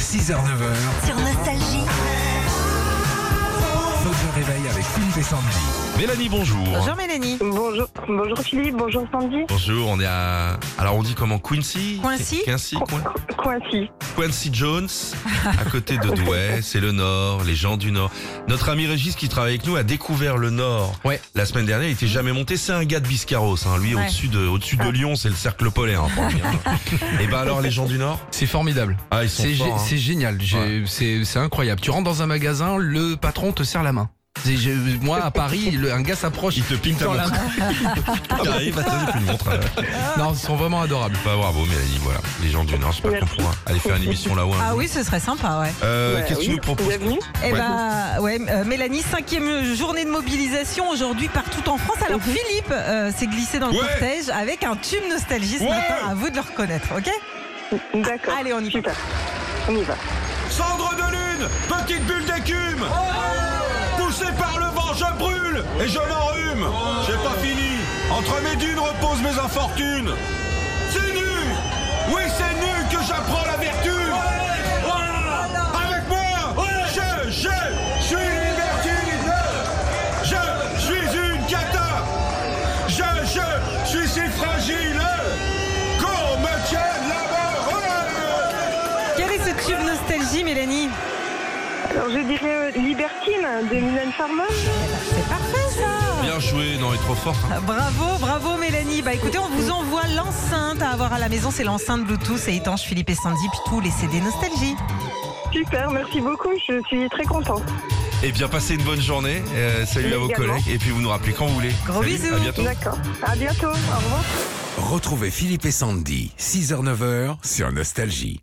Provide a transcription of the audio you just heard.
6h-9h, sur Nostalgie. Faut que je réveille avec Philippe et Sandy. Mélanie, bonjour. Bonjour Mélanie. Bonjour, bonjour Philippe, bonjour Sandy. Bonjour, on est à. Alors on dit comment Quincy Quincy Quincy, Coin- Coincy. Quincy Jones, à côté de Douai, c'est le Nord, les gens du Nord. Notre ami Régis qui travaille avec nous a découvert le Nord Ouais. la semaine dernière, il était jamais monté, c'est un gars de Biscarros, hein. lui Ouais. au-dessus de, au de Lyon, c'est le cercle polaire. hein, pour le dire. Et ben alors les gens du Nord, C'est formidable. ah ils sont C'est gé- forts, hein. c'est génial. J'ai- C'est c'est incroyable. Tu rentres dans un magasin, le patron te serre la main. C'est- je- moi, à Paris, le- un gars s'approche. Il te pique ta tend la montre. T'arrives, Ah, bah, va te donner une montre. euh. main. Non, ils sont vraiment adorables. Bah bravo Mélanie, voilà. Les gens du Nord, je sais pas Merci. pourquoi. Allez faire une émission là-haut. un Ah jour. oui, ce serait sympa, ouais. Euh, Ouais, Qu'est-ce que tu oui. nous proposes Bienvenue. Eh Ouais. ben, ouais, euh, Mélanie, cinquième journée de mobilisation aujourd'hui partout en France. Alors Philippe euh, s'est glissé dans le Ouais. cortège avec un tube nostalgie ce Ouais. matin. À vous de le reconnaître, ok D'accord. Allez, on y va. Super. On y va. Cendre de lune, petite bulle d'écume Poussé par le vent, je brûle et je m'enrhume J'ai pas fini Entre mes dunes reposent mes infortunes C'est nu Oui, c'est nu que j'apprends la vertu Voilà. Avec moi Je, je, suis libertine Je suis une cata Je, je, suis si fragile Qu'on me tienne la main Ouais. Quel est ce tube nostalgie, Mélanie Alors je dirais euh, Libertine de Mylène Farmer. C'est parfait ça. Bien joué, non, elle est trop forte. hein. Bravo, bravo Mélanie. Bah écoutez, on vous envoie l'enceinte à avoir à la maison. C'est l'enceinte Bluetooth et étanche Philippe et Sandy, puis tous les CD nostalgie. Super, merci beaucoup, je suis très contente. Eh bien, passez une bonne journée. euh, salut à vos Également. collègues. Et puis, vous nous rappelez quand vous voulez. Gros Salut, bisous. À bientôt. D'accord. À bientôt. Au revoir. Retrouvez Philippe et Sandy, 6h-9h, sur Nostalgie.